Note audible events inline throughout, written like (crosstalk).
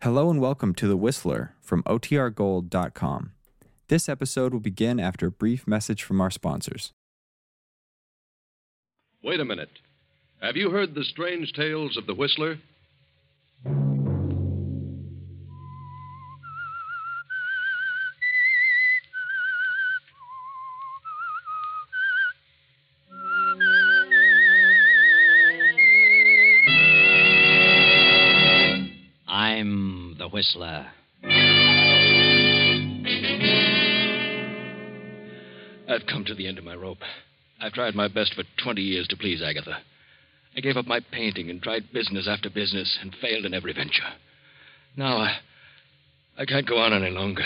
Hello and welcome to The Whistler from OTRGold.com. This episode will begin after a brief message from our sponsors. Wait a minute. Have you heard the strange tales of the Whistler? I'm the Whistler. I've come to the end of my rope. I've tried my best for 20 years to please Agatha. I gave up my painting and tried business after business and failed in every venture. Now I, I can't go on any longer.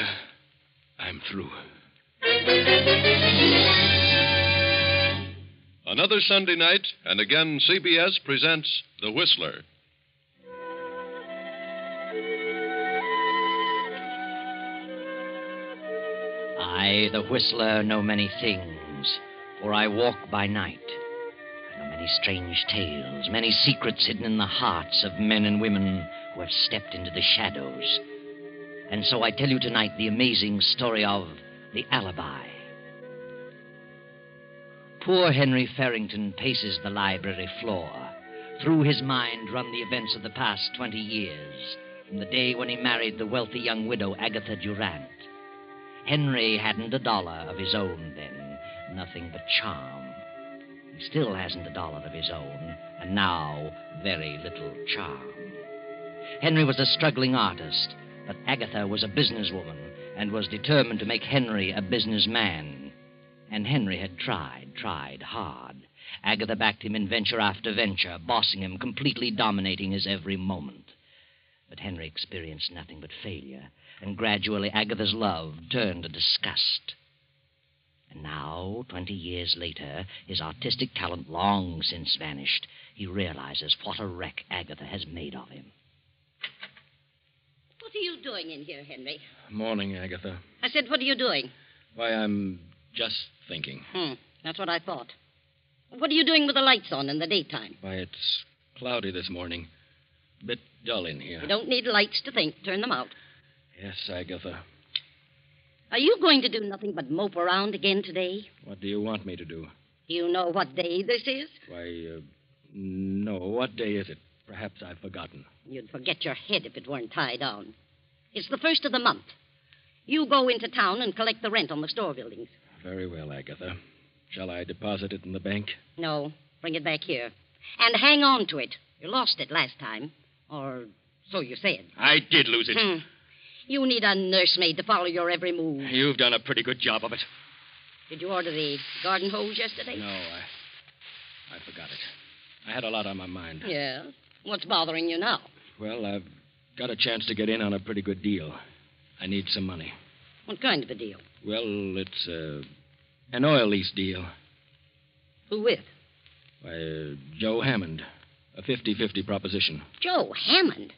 I'm through. Another Sunday night, and again CBS presents The Whistler. I, the Whistler, know many things, for I walk by night. I know many strange tales, many secrets hidden in the hearts of men and women who have stepped into the shadows. And so I tell you tonight the amazing story of the alibi. Poor Henry Farrington paces the library floor. Through his mind run the events of the past 20 years, from the day when he married the wealthy young widow Agatha Durant. Henry hadn't a dollar of his own then, nothing but charm. He still hasn't a dollar of his own, and now very little charm. Henry was a struggling artist, but Agatha was a businesswoman and was determined to make Henry a businessman. And Henry had tried, tried hard. Agatha backed him in venture after venture, bossing him, completely dominating his every moment. But Henry experienced nothing but failure, and gradually Agatha's love turned to disgust. And now, twenty years later, his artistic talent long since vanished, he realizes what a wreck Agatha has made of him. What are you doing in here, Henry? Morning, Agatha. I said, what are you doing? Why, I'm just thinking. Hmm, that's what I thought. What are you doing with the lights on in the daytime? Why, it's cloudy this morning. Bit dull in here. You don't need lights to think. Turn them out. Yes, Agatha. Are you going to do nothing but mope around again today? What do you want me to do? Do you know what day this is? Why, uh, no. What day is it? Perhaps I've forgotten. You'd forget your head if it weren't tied down. It's the first of the month. You go into town and collect the rent on the store buildings. Very well, Agatha. Shall I deposit it in the bank? No, bring it back here. And hang on to it. You lost it last time, or so you said. I did lose it. Hmm. You need a nursemaid to follow your every move. You've done a pretty good job of it. Did you order the garden hose yesterday? No, I, I forgot it. I had a lot on my mind. Yeah. What's bothering you now? Well, I've got a chance to get in on a pretty good deal. I need some money. What kind of a deal? Well, it's uh, an oil lease deal Who with? by uh, Joe Hammond, a 50-50 proposition. Joe Hammond.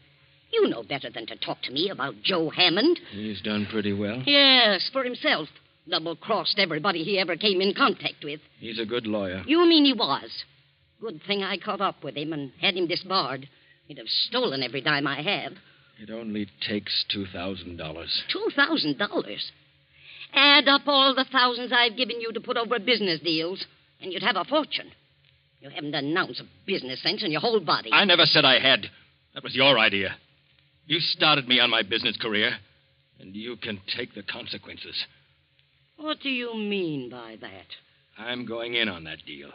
You know better than to talk to me about Joe Hammond. He's done pretty well. Yes, for himself. Double crossed everybody he ever came in contact with. He's a good lawyer. You mean he was? Good thing I caught up with him and had him disbarred. He'd have stolen every dime I have. It only takes two thousand dollars. Two thousand dollars. Add up all the thousands I've given you to put over business deals, and you'd have a fortune. You haven't an ounce of business sense in your whole body. I never said I had. That was your idea. You started me on my business career, and you can take the consequences. What do you mean by that? I'm going in on that deal.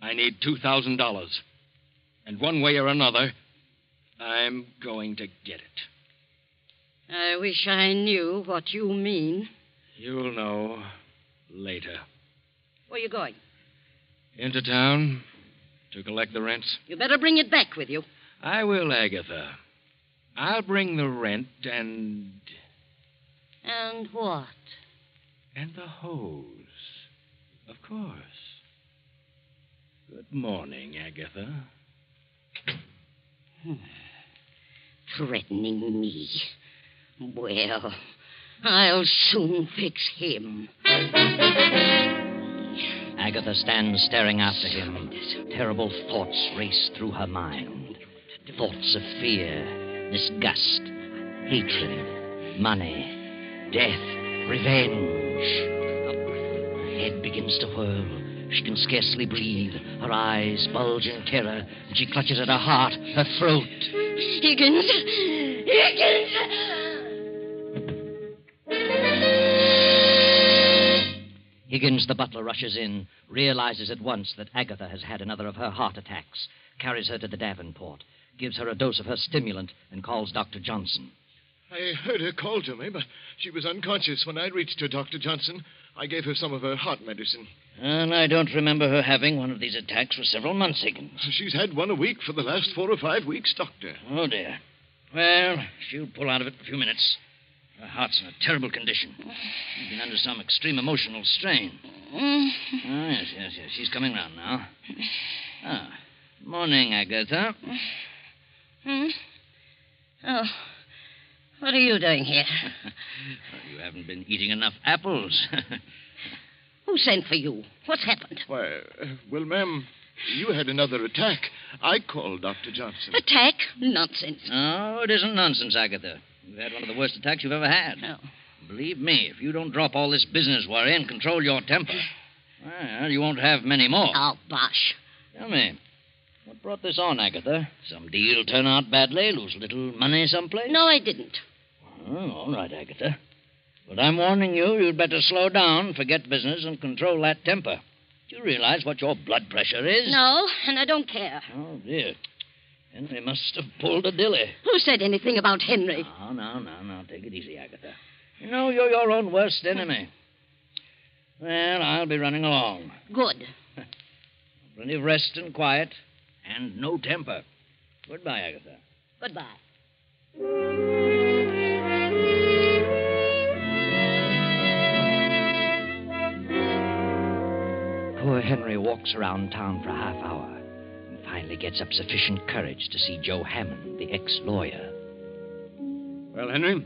I need two thousand dollars, and one way or another, I'm going to get it. I wish I knew what you mean. You'll know later. Where are you going? Into town to collect the rents. You better bring it back with you. I will, Agatha. I'll bring the rent and And what? And the hose. Of course. Good morning, Agatha. Threatening me. Well, I'll soon fix him. Agatha stands staring after him. Terrible thoughts race through her mind thoughts of fear, disgust, Hatred, money, death, revenge. Her head begins to whirl. She can scarcely breathe. Her eyes bulge in terror, and she clutches at her heart, her throat. Higgins! Higgins! Higgins, the butler, rushes in, realizes at once that Agatha has had another of her heart attacks, carries her to the Davenport, gives her a dose of her stimulant, and calls Dr. Johnson. I heard her call to me, but she was unconscious when I reached her, Dr. Johnson. I gave her some of her heart medicine. And I don't remember her having one of these attacks for several months, Higgins. She's had one a week for the last four or five weeks, Doctor. Oh, dear. Well, she'll pull out of it in a few minutes. Her heart's in a terrible condition. She's been under some extreme emotional strain. Oh, yes, yes, yes. She's coming round now. Ah. Morning, Agatha. Hmm? Oh, what are you doing here? you haven't been eating enough apples. (laughs) Who sent for you? What's happened? Why, uh, well, ma'am, you had another attack. I called Dr. Johnson. Attack? Nonsense. oh, it isn't nonsense, Agatha. You've had one of the worst attacks you've ever had. No. Believe me, if you don't drop all this business worry and control your temper, well, you won't have many more. Oh, bosh. Tell me, what brought this on, Agatha? Some deal turn out badly, lose a little money someplace? No, I didn't. Oh, all right, Agatha. But I'm warning you, you'd better slow down, forget business, and control that temper. Do you realize what your blood pressure is? No, and I don't care. Oh, dear. Henry must have pulled a dilly. Who said anything about Henry? Now, now, now, now, take it easy, Agatha. You know, you're your own worst enemy. Well, I'll be running along. Good. Plenty of rest and quiet, and no temper. Goodbye, Agatha. Goodbye. Poor Henry walks around town for a half hour and finally gets up sufficient courage to see Joe Hammond, the ex lawyer. Well, Henry,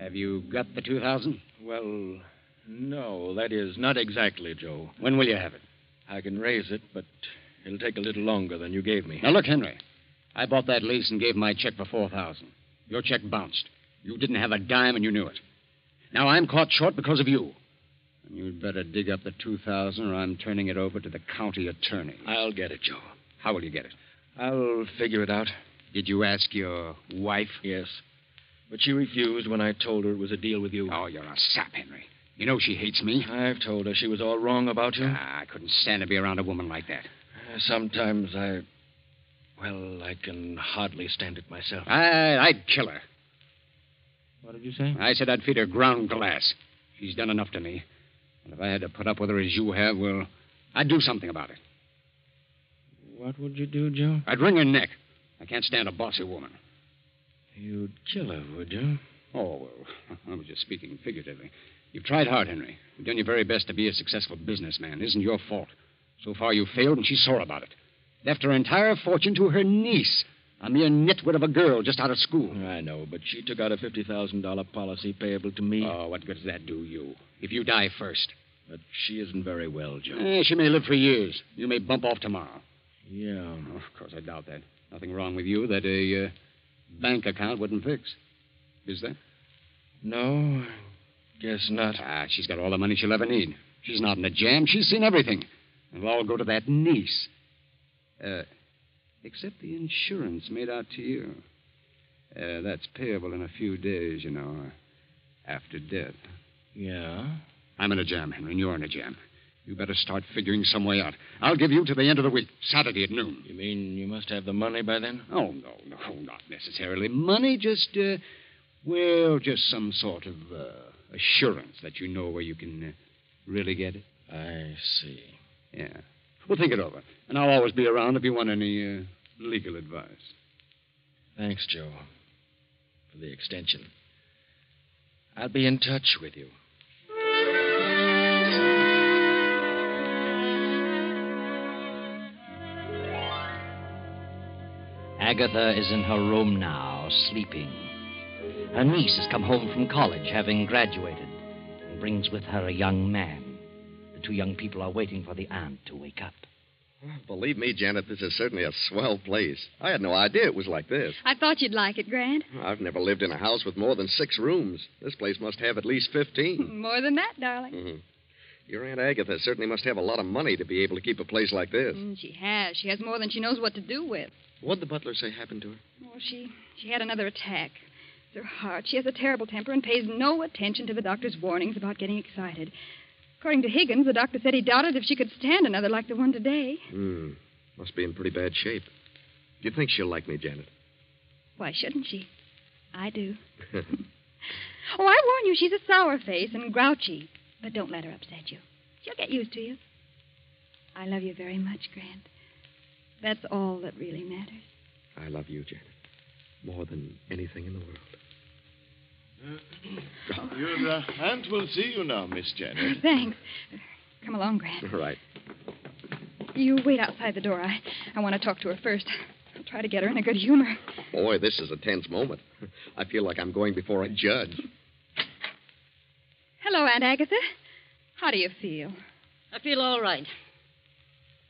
have you got the 2000? Well, no, that is not exactly, Joe. When will you have it? I can raise it, but it'll take a little longer than you gave me. Now, look, Henry. I bought that lease and gave my check for 4000 Your check bounced. You didn't have a dime and you knew it. Now I'm caught short because of you. And you'd better dig up the 2000 or I'm turning it over to the county attorney. I'll get it, Joe. How will you get it? I'll figure it out. Did you ask your wife? Yes. But she refused when I told her it was a deal with you. Oh, you're a sap, Henry. You know she hates me. I've told her she was all wrong about you. Uh, Ah, I couldn't stand to be around a woman like that. Sometimes I. Well, I can hardly stand it myself. I, I'd kill her. What did you say? I said I'd feed her ground glass. She's done enough to me. And if I had to put up with her as you have, well, I'd do something about it. What would you do, Joe? I'd wring her neck. I can't stand a bossy woman. You'd kill her, would you? Oh, well, (laughs) I was just speaking figuratively. You've tried hard, Henry. You've done your very best to be a successful businessman. It isn't your fault. So far, you failed, and she's sore about it. Left her entire fortune to her niece, a mere nitwit of a girl just out of school. I know, but she took out a $50,000 policy payable to me. Oh, what good does that do you? If you die first, But she isn't very well, Joe. eh, she may live for years. You may bump off tomorrow. Yeah. Oh, of course, I doubt that. Nothing wrong with you that a uh, bank account wouldn't fix. Is there? No, guess not. Ah, she's got all the money she'll ever need. She's not in a jam. She's seen everything. It'll all go to that niece. Uh, except the insurance made out to you. Uh, that's payable in a few days, you know, after death. Yeah? I'm in a jam, Henry, and you're in a jam. You better start figuring some way out. I'll give you to the end of the week, Saturday at noon. You mean you must have the money by then? Oh, no, no, not necessarily money. Just, uh, well, just some sort of uh, assurance that you know where you can uh, really get it. I see. Yeah. Well, think it over. And I'll always be around if you want any uh, legal advice. Thanks, Joe, for the extension. I'll be in touch with you. Agatha is in her room now, sleeping. Her niece has come home from college, having graduated, and brings with her a young man. The two young people are waiting for the aunt to wake up. Believe me, Janet, this is certainly a swell place. I had no idea it was like this. I thought you'd like it, Grant. I've never lived in a house with more than six rooms. This place must have at least 15. More than that, darling. Mhm. Your Aunt Agatha certainly must have a lot of money to be able to keep a place like this. Mm, she has. She has more than she knows what to do with. What'd the butler say happened to her? Oh, she she had another attack. It's her heart. She has a terrible temper and pays no attention to the doctor's warnings about getting excited. According to Higgins, the doctor said he doubted if she could stand another like the one today. Hmm. Must be in pretty bad shape. Do you think she'll like me, Janet? Why shouldn't she? I do. Oh, I warn you, she's a sour face and grouchy. But don't let her upset you. She'll get used to you. I love you very much, Grant. That's all that really matters. I love you, Janet. More than anything in the world. (clears throat) Your uh, aunt will see you now, Miss Janet. Thanks. Come along, Grant. All right. You wait outside the door. I, I want to talk to her first. I'll try to get her in a good humor. Boy, this is a tense moment. I feel like I'm going before a judge. Hello, Aunt Agatha. How do you feel? I feel all right.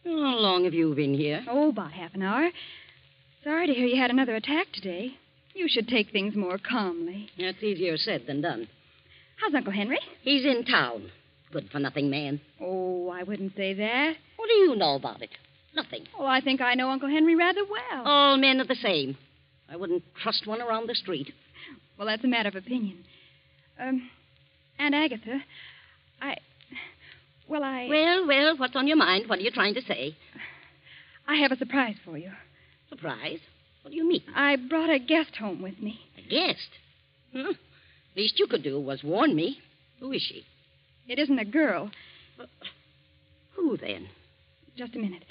How long have you been here? Oh, about half an hour. Sorry to hear you had another attack today. You should take things more calmly. That's easier said than done. How's Uncle Henry? He's in town. Good for nothing man. Oh, I wouldn't say that. What do you know about it? Nothing. Oh, I think I know Uncle Henry rather well. All men are the same. I wouldn't trust one around the street. Well, that's a matter of opinion. Um, Aunt Agatha, I. Well, I. Well, well, what's on your mind? What are you trying to say? I have a surprise for you. Surprise? What do you mean? I brought a guest home with me. A guest? Huh? Hmm? Least you could do was warn me. Who is she? It isn't a girl. Who then? Just a minute.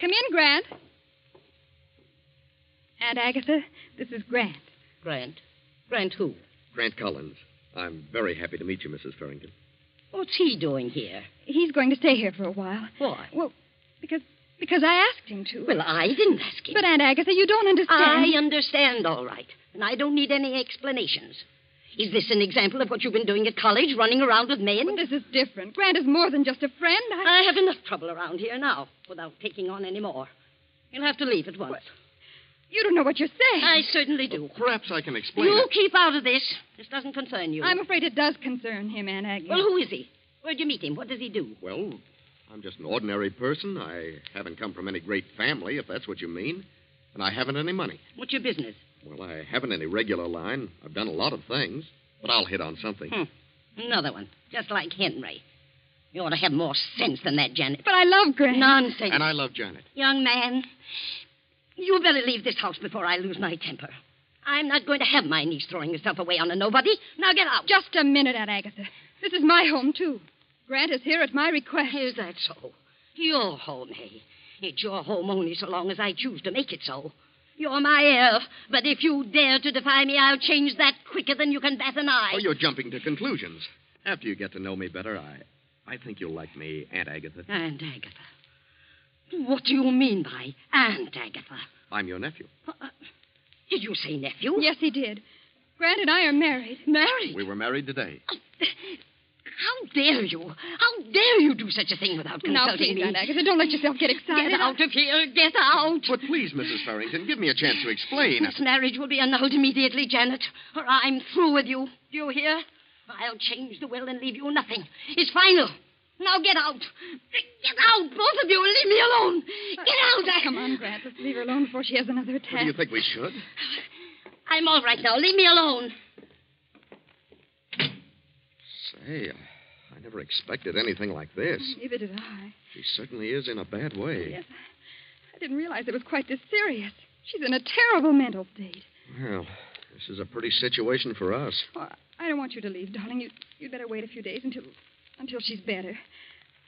Come in, Grant. Aunt Agatha, this is Grant. Grant. Grant who? Grant Collins. I'm very happy to meet you, Mrs. Farrington. What's he doing here? He's going to stay here for a while. Why? Well, because because I asked him to. Well, I didn't ask him. but Aunt Agatha, you don't understand. I understand, all right. And I don't need any explanations. Is this an example of what you've been doing at college, running around with men? Well, this is different. Grant is more than just a friend. I I. have enough trouble around here now without taking on any more. You'll have to leave at once. You don't know what you're saying. I certainly (laughs) do. Perhaps I can explain. You it. keep out of this. This doesn't concern you. I'm afraid it does concern him, Aunt (laughs) Agatha. Well, who is he? Where'd you meet him? What does he do? Well, I'm just an ordinary person. I haven't come from any great family, if that's what you mean. And I haven't any money. What's your business? Well, I haven't any regular line. I've done a lot of things, but I'll hit on something. Hmm. Another one, just like Henry. You ought to have more sense than that, Janet. But I love Grant. Nonsense. And I love Janet. Young man, you better leave this house before I lose my temper. I'm not going to have my niece throwing herself away on a nobody. Now get out. Just a minute, Aunt Agatha. This is my home, too. Grant is here at my request. Is that so? Your home, eh? It's your home only so long as I choose to make it so. You're my heir, but if you dare to defy me, I'll change that quicker than you can bat an eye. Oh, you're jumping to conclusions. After you get to know me better, I, I think you'll like me, Aunt Agatha. Aunt Agatha. What do you mean by Aunt Agatha? I'm your nephew. Did you say nephew? Yes, he did. Grant and I are married. Married. We were married today. How dare you? How dare you do such a thing without consulting Now, please, me? Aunt Agatha, don't let yourself get excited. Get out of here. Get out. But please, Mrs. Farrington, give me a chance to explain. This marriage will be annulled immediately, Janet, or I'm through with you. Do you hear? I'll change the will and leave you nothing. It's final. Now get out. Get out, both of you, and leave me alone. Get out. I- (laughs) Come on, Grant. Let's leave her alone before she has another attack. What do you think we should? I'm all right now. Leave me alone. Say, I never expected anything like this. Neither did I. She certainly is in a bad way. Yes. I didn't realize it was quite this serious. She's in a terrible mental state. Well, this is a pretty situation for us. Oh, I don't want you to leave, darling. You, you'd better wait a few days until until she's better.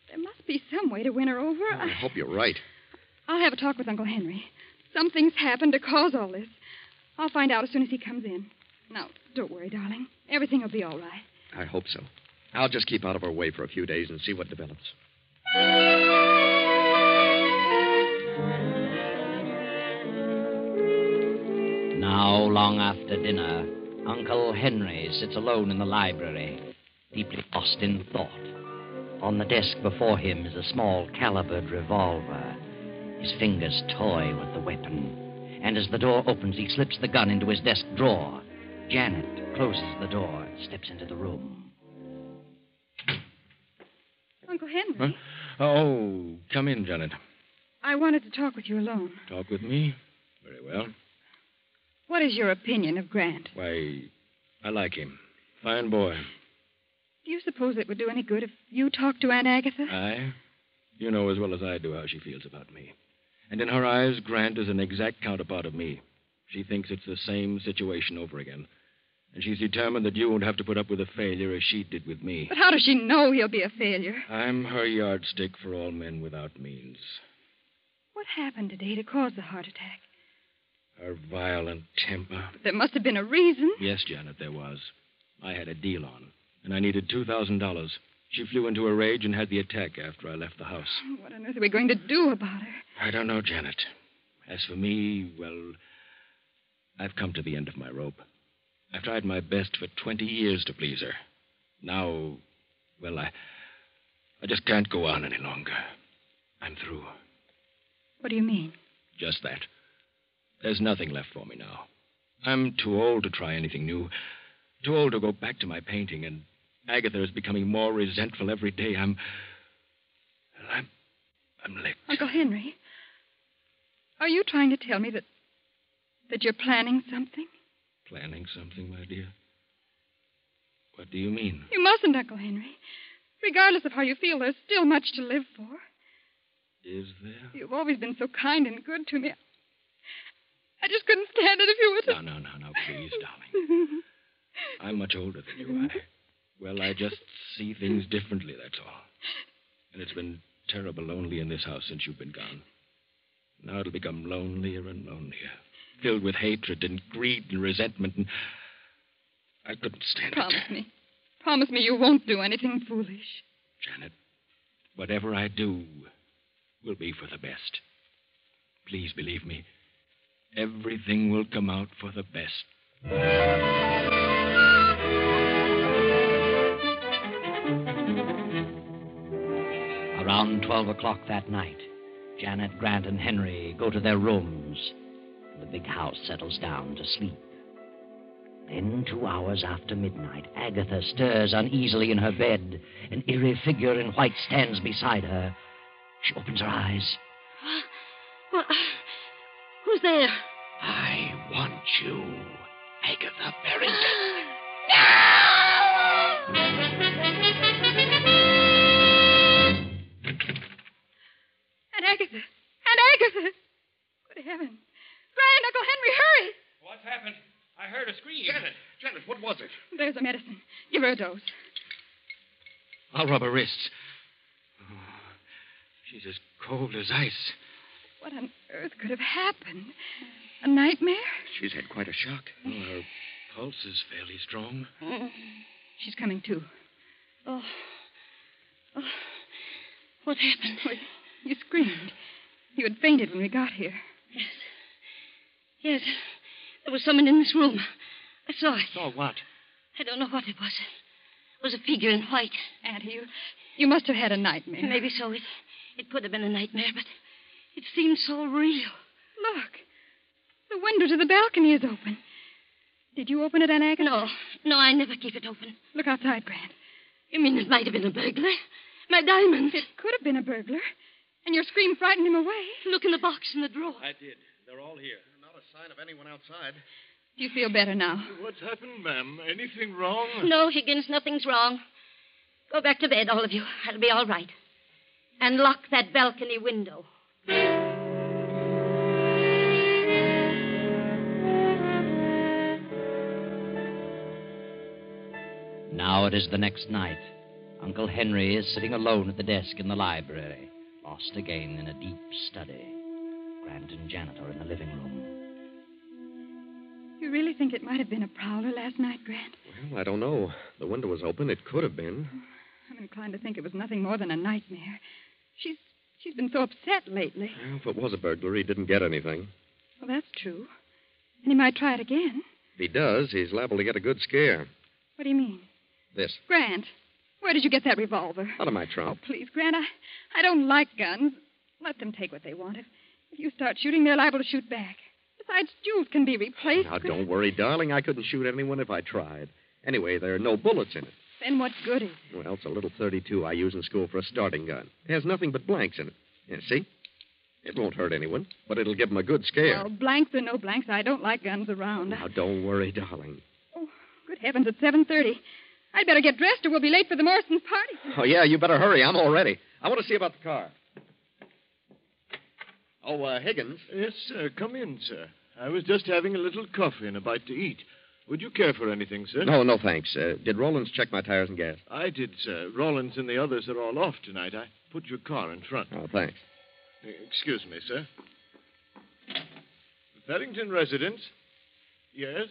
There must be some way to win her over. I I, hope you're right. I'll have a talk with Uncle Henry. Something's happened to cause all this. I'll find out as soon as he comes in. Now, don't worry, darling. Everything will be all right. I hope so. I'll just keep out of her way for a few days and see what develops. Now, long after dinner, Uncle Henry sits alone in the library, deeply lost in thought. On the desk before him is a small calibered revolver. His fingers toy with the weapon. And as the door opens, he slips the gun into his desk drawer. Janet closes the door and steps into the room. Uncle Henry, Oh, come in, Janet. I wanted to talk with you alone. Talk with me? Very well. What is your opinion of Grant? Why, I like him. Fine boy. Do you suppose it would do any good if you talked to Aunt Agatha? I? You know as well as I do how she feels about me. And in her eyes, Grant is an exact counterpart of me. She thinks it's the same situation over again. And she's determined that you won't have to put up with a failure as she did with me. But how does she know he'll be a failure? I'm her yardstick for all men without means. What happened today to cause the heart attack? Her violent temper. But there must have been a reason. Yes, Janet, there was. I had a deal on, and I needed $2,000. She flew into a rage and had the attack after I left the house. What on earth are we going to do about her? I don't know, Janet. As for me, well, I've come to the end of my rope. I've tried my best for 20 years to please her. Now, well, I. I just can't go on any longer. I'm through. What do you mean? Just that. There's nothing left for me now. I'm too old to try anything new. Too old to go back to my painting, and Agatha is becoming more resentful every day. I'm. well, I'm. I'm licked. Uncle Henry, are you trying to tell me that that you're planning something? Planning something, my dear? What do you mean? You mustn't, Uncle Henry. Regardless of how you feel, there's still much to live for. Is there? You've always been so kind and good to me. I just couldn't stand it if you were to. No, no, no, no, please, darling. I'm much older than you. I, well, I just see things differently, that's all. And it's been terrible lonely in this house since you've been gone. Now it'll become lonelier and lonelier, filled with hatred and greed and resentment, and I couldn't stand (laughs) Promise it. me. Promise me you won't do anything foolish. Janet, whatever I do will be for the best. Please believe me, everything will come out for the best. Around 12 o'clock that night, Janet, Grant, and Henry go to their rooms, and the big house settles down to sleep. Then, two hours after midnight, Agatha stirs uneasily in her bed. An eerie figure in white stands beside her. She opens her eyes. Well, uh, who's (gasps) there? I want you, Agatha Barrington. Aunt Agatha! Aunt Agatha! Good heaven. Grand Uncle Henry, hurry! What's happened? I heard a scream. Janet! Janet, what was it? There's a medicine. Give her a dose. I'll rub her wrists. Oh, she's as cold as ice. What on earth could have happened? A nightmare? She's had quite a shock. Oh, her pulse is fairly strong. She's coming too. Mm. Oh. oh. What happened? (laughs) You screamed. You had fainted when we got here. Yes. Yes. There was someone in this room. I saw it. Saw what? I don't know what it was. It was a figure in white. Auntie, you, you must have had a nightmare. Maybe so. It, it could have been a nightmare, but it seemed so real. Look. The window to the balcony is open. Did you open it, Aunt Agatha? No, no, I never keep it open. Look outside, Grant. You mean it might have been a burglar? My diamonds. It could have been a burglar. And your scream frightened him away. Look in the box in the drawer. I did. They're all here. Not a sign of anyone outside. Do you feel better now? What's happened, ma'am? Anything wrong? No, Higgins, nothing's wrong. Go back to bed, all of you. I'll be all right. And lock that balcony window. Now it is the next night. Uncle Henry is sitting alone at the desk in the library, lost again in a deep study. Grant and Janet are in the living room. You really think it might have been a prowler last night, Grant? Well, I don't know. The window was open. It could have been. I'm inclined to think it was nothing more than a nightmare. She's she's been so upset lately. Well, if it was a burglary, he didn't get anything. Well, that's true. And he might try it again. If he does, he's liable to get a good scare. What do you mean? This. Grant, where did you get that revolver? Out of my trunk. Please, Grant, I, I don't like guns. Let them take what they want. If, If you start shooting, they're liable to shoot back. Besides, Jules can be replaced. Now, don't worry, darling. I couldn't shoot anyone if I tried. Anyway, there are no bullets in it. Then what good is it? Well, it's a little 32 I use in school for a starting gun. It has nothing but blanks in it. Yeah, see? It won't hurt anyone, but it'll give 'em a good scare. Well, blanks or no blanks, I don't like guns around. Now, don't worry, darling. Oh, good heavens, it's 7.30. I'd better get dressed or we'll be late for the Morrison party. Oh, yeah, you better hurry. I'm all ready. I want to see about the car. Oh, uh, Higgins. Yes, sir. Come in, sir. I was just having a little coffee and a bite to eat. Would you care for anything, sir? No, no, thanks. Uh, did Rollins check my tires and gas? I did, sir. Rollins and the others are all off tonight. I put your car in front. Oh, thanks. Excuse me, sir. Farrington residence? Yes?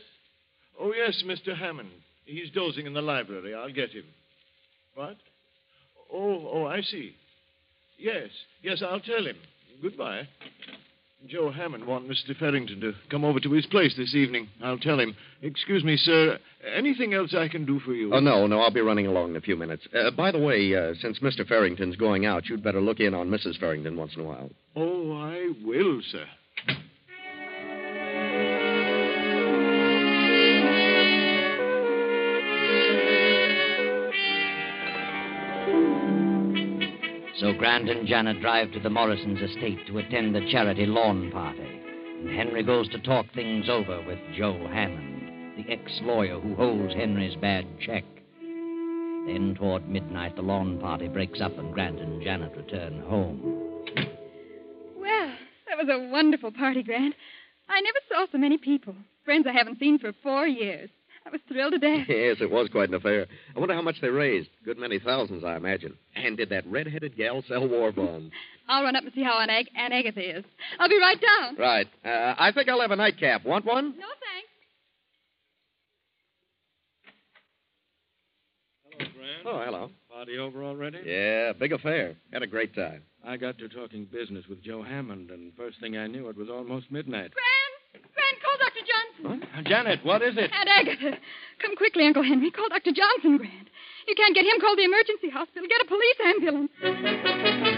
Oh, yes, Mr. Hammond. He's dozing in the library. I'll get him. What? Oh, oh, I see. Yes, yes, I'll tell him. Goodbye. Joe Hammond wants Mr. Farrington to come over to his place this evening. I'll tell him. Excuse me, sir. Anything else I can do for you? Oh, no, no, I'll be running along in a few minutes. Uh, by the way, uh, since Mr. Farrington's going out, you'd better look in on Mrs. Farrington once in a while. Oh, I will, sir. So Grant and Janet drive to the Morrison's estate to attend the charity lawn party. And Henry goes to talk things over with Joe Hammond, the ex lawyer who holds Henry's bad check. Then, toward midnight, the lawn party breaks up and Grant and Janet return home. Well, that was a wonderful party, Grant. I never saw so many people. Friends I haven't seen for four years. I was thrilled to death. Yes, it was quite an affair. I wonder how much they raised. Good many thousands, I imagine. And did that red-headed gal sell war bonds? I'll run up and see how Aunt, Ag- Aunt Agatha is. I'll be right down. right. Uh, I think I'll have a nightcap. Want one? No, thanks. Hello, Grant. Oh, hello. Party over already? Yeah, big affair. Had a great time. I got to talking business with Joe Hammond, and first thing I knew, it was almost midnight. Gran! Gran, call Dr. Johnson. Janet, what is it? Aunt Agatha, come quickly, Uncle Henry. Call Dr. Johnson, Grant. You can't get him. Call the emergency hospital. Get a police ambulance.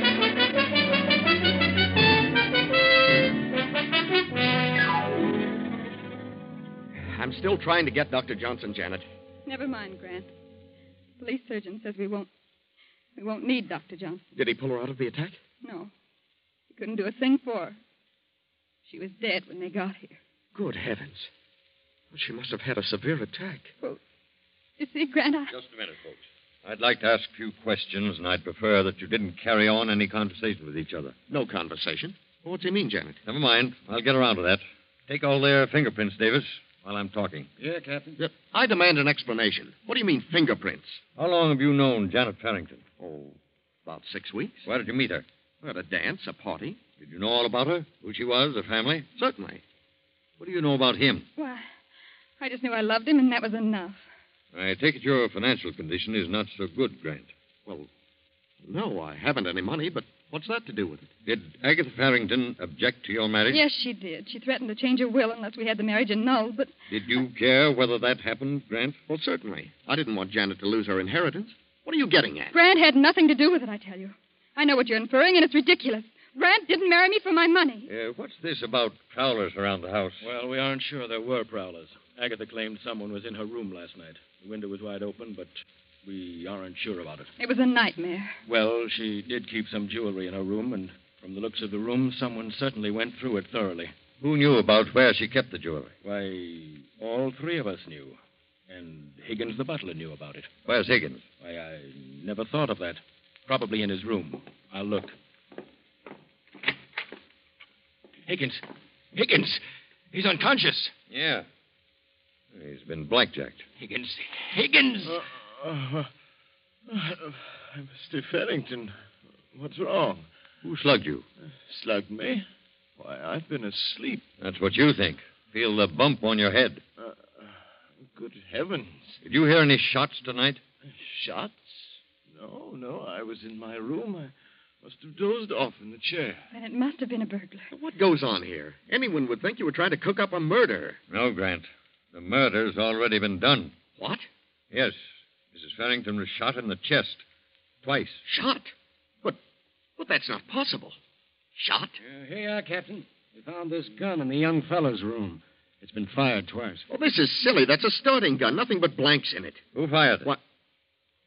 I'm still trying to get Dr. Johnson, Janet. Never mind, Grant. Police surgeon says we won't. We won't need Dr. Johnson. Did he pull her out of the attack? No, he couldn't do a thing for her. She was dead when they got here. Good heavens. Well, she must have had a severe attack. You see, Grant, I... Just a minute, folks. I'd like to ask a few questions, and I'd prefer that you didn't carry on any conversation with each other. No conversation. Well, what do you mean, Janet? Never mind. I'll get around to that. Take all their fingerprints, Davis, while I'm talking. Yeah, Captain. Yep. I demand an explanation. What do you mean, fingerprints? How long have you known Janet Farrington? Oh, about six weeks. Where did you meet her? At a dance, a party. Did you know all about her? Who she was, her family? Certainly. What do you know about him? Why, I just knew I loved him, and that was enough. I take it your financial condition is not so good, Grant. Well, no, I haven't any money, but what's that to do with it? Did Agatha Farrington object to your marriage? Yes, she did. She threatened to change her will unless we had the marriage annulled, but Did you care whether that happened, Grant? Well, certainly. I didn't want Janet to lose her inheritance. What are you getting at? Grant had nothing to do with it, I tell you. I know what you're inferring, and it's ridiculous. Grant didn't marry me for my money. Uh, what's this about prowlers around the house? Well, we aren't sure there were prowlers. Agatha claimed someone was in her room last night. The window was wide open, but we aren't sure about it. It was a nightmare. Well, she did keep some jewelry in her room, and from the looks of the room, someone certainly went through it thoroughly. Who knew about where she kept the jewelry? Why, all three of us knew. And Higgins the butler knew about it. Where's Higgins? Why, I never thought of that. Probably in his room. I'll look. Higgins! Higgins! He's unconscious! Yeah. He's been blackjacked. Higgins! Higgins! Uh, uh, uh, uh, Mr. Farrington, what's wrong? Who slugged you? Slugged me? Why, I've been asleep. That's what you think. Feel the bump on your head. Uh, uh, good heavens. Did you hear any shots tonight? Shots? No, no, I was in my room. I must have dozed off in the chair. Then it must have been a burglar. What goes on here? Anyone would think you were trying to cook up a murder. No, Grant. The murder's already been done. What? Yes. Mrs. Farrington was shot in the chest. Twice. Shot? But, but that's not possible. Shot? Uh, here you are, Captain. We found this gun in the young fellow's room. It's been fired twice. Oh, this is silly. That's a starting gun. Nothing but blanks in it. Who fired it? What?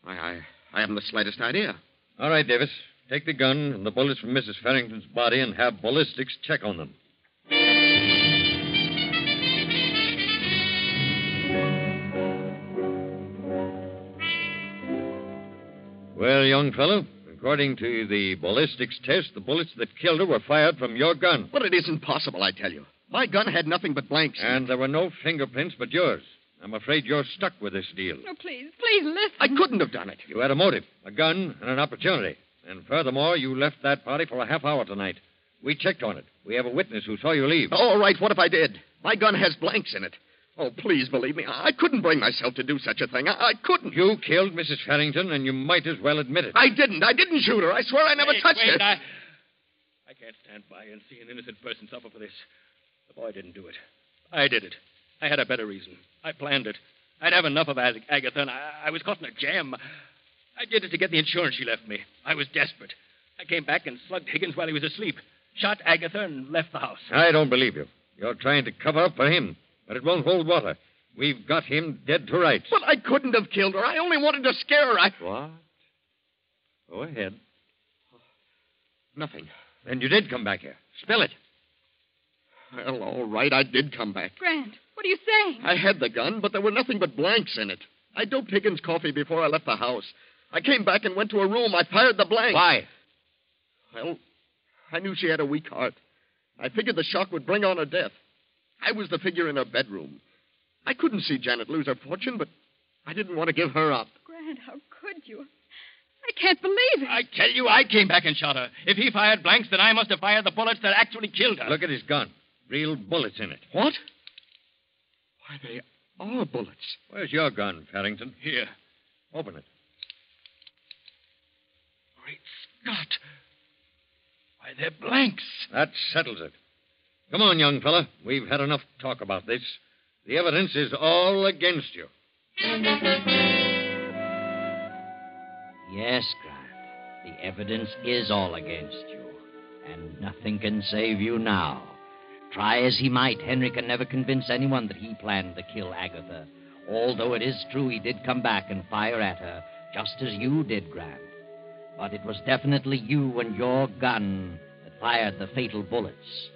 I, I, I haven't the slightest idea. All right, Davis. Take the gun and the bullets from Mrs. Farrington's body and have ballistics check on them. Well, young fellow, according to the ballistics test, the bullets that killed her were fired from your gun. But it isn't possible, I tell you. My gun had nothing but blanks. in it. And there were no fingerprints but yours. I'm afraid you're stuck with this deal. Oh, please, please listen. I couldn't have done it. You had a motive, a gun, and an opportunity. And furthermore, you left that party for a half hour tonight. We checked on it. We have a witness who saw you leave. All right, what if I did? My gun has blanks in it. Oh, please believe me. I I couldn't bring myself to do such a thing. I, I couldn't. You killed Mrs. Farrington, and you might as well admit it. I didn't. I didn't shoot her. I swear I never wait, touched wait, her. I, I can't stand by and see an innocent person suffer for this. The boy didn't do it. I did it. I had a better reason. I planned it. I'd have enough of Ag- Agatha, and I, I was caught in a jam. I did it to get the insurance she left me. I was desperate. I came back and slugged Higgins while he was asleep, shot Agatha, and left the house. I don't believe you. You're trying to cover up for him, but it won't hold water. We've got him dead to rights. But I couldn't have killed her. I only wanted to scare her. I... What? Go ahead. Nothing. Then you did come back here. Spill it. Well, all right, I did come back. Grant, what are you saying? I had the gun, but there were nothing but blanks in it. I doped Higgins' coffee before I left the house. I came back and went to her room. I fired the blank. Why? Well, I knew she had a weak heart. I figured the shock would bring on her death. I was the figure in her bedroom. I couldn't see Janet lose her fortune, but I didn't want to give her up. Grant, how could you? I can't believe it. I tell you, I came back and shot her. If he fired blanks, then I must have fired the bullets that actually killed her. Look at his gun. Real bullets in it. What? Why, they are bullets. Where's your gun, Farrington? here. Open it. Great Scott. Why, they're blanks. That settles it. Come on, young fella. We've had enough talk about this. The evidence is all against you. Yes, Grant. The evidence is all against you, and nothing can save you now. Try as he might, Henry can never convince anyone that he planned to kill Agatha, although it is true he did come back and fire at her, just as you did, Grant. But it was definitely you and your gun that fired the fatal bullets.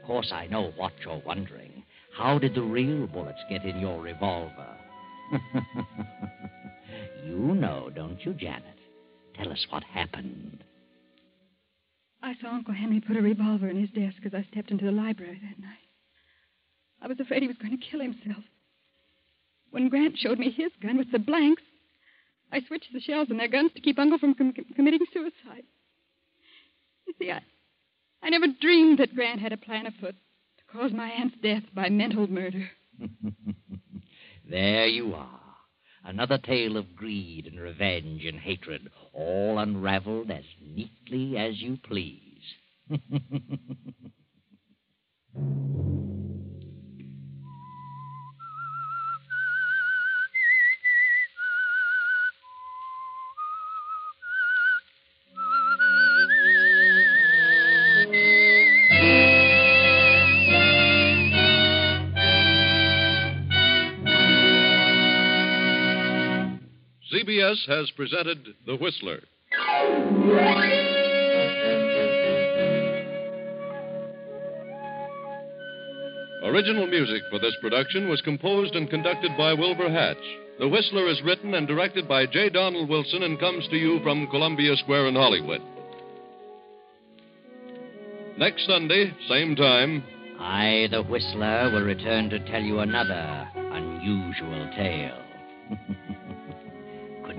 Of course, I know what you're wondering. How did the real bullets get in your revolver? (laughs) you know, don't you, Janet? Tell us what happened. I saw Uncle Henry put a revolver in his desk as I stepped into the library that night. I was afraid he was going to kill himself. When Grant showed me his gun with the blanks, I switched the shells in their guns to keep Uncle from com- com- committing suicide. You see, I, I never dreamed that Grant had a plan afoot to cause my aunt's death by mental murder. there you are. Another tale of greed and revenge and hatred, all unraveled as neatly as you please. CBS has presented The Whistler. Original music for this production was composed and conducted by Wilbur Hatch. The Whistler is written and directed by J. Donald Wilson and comes to you from Columbia Square in Hollywood. Next Sunday, same time, I, the Whistler, will return to tell you another unusual tale. (laughs) Good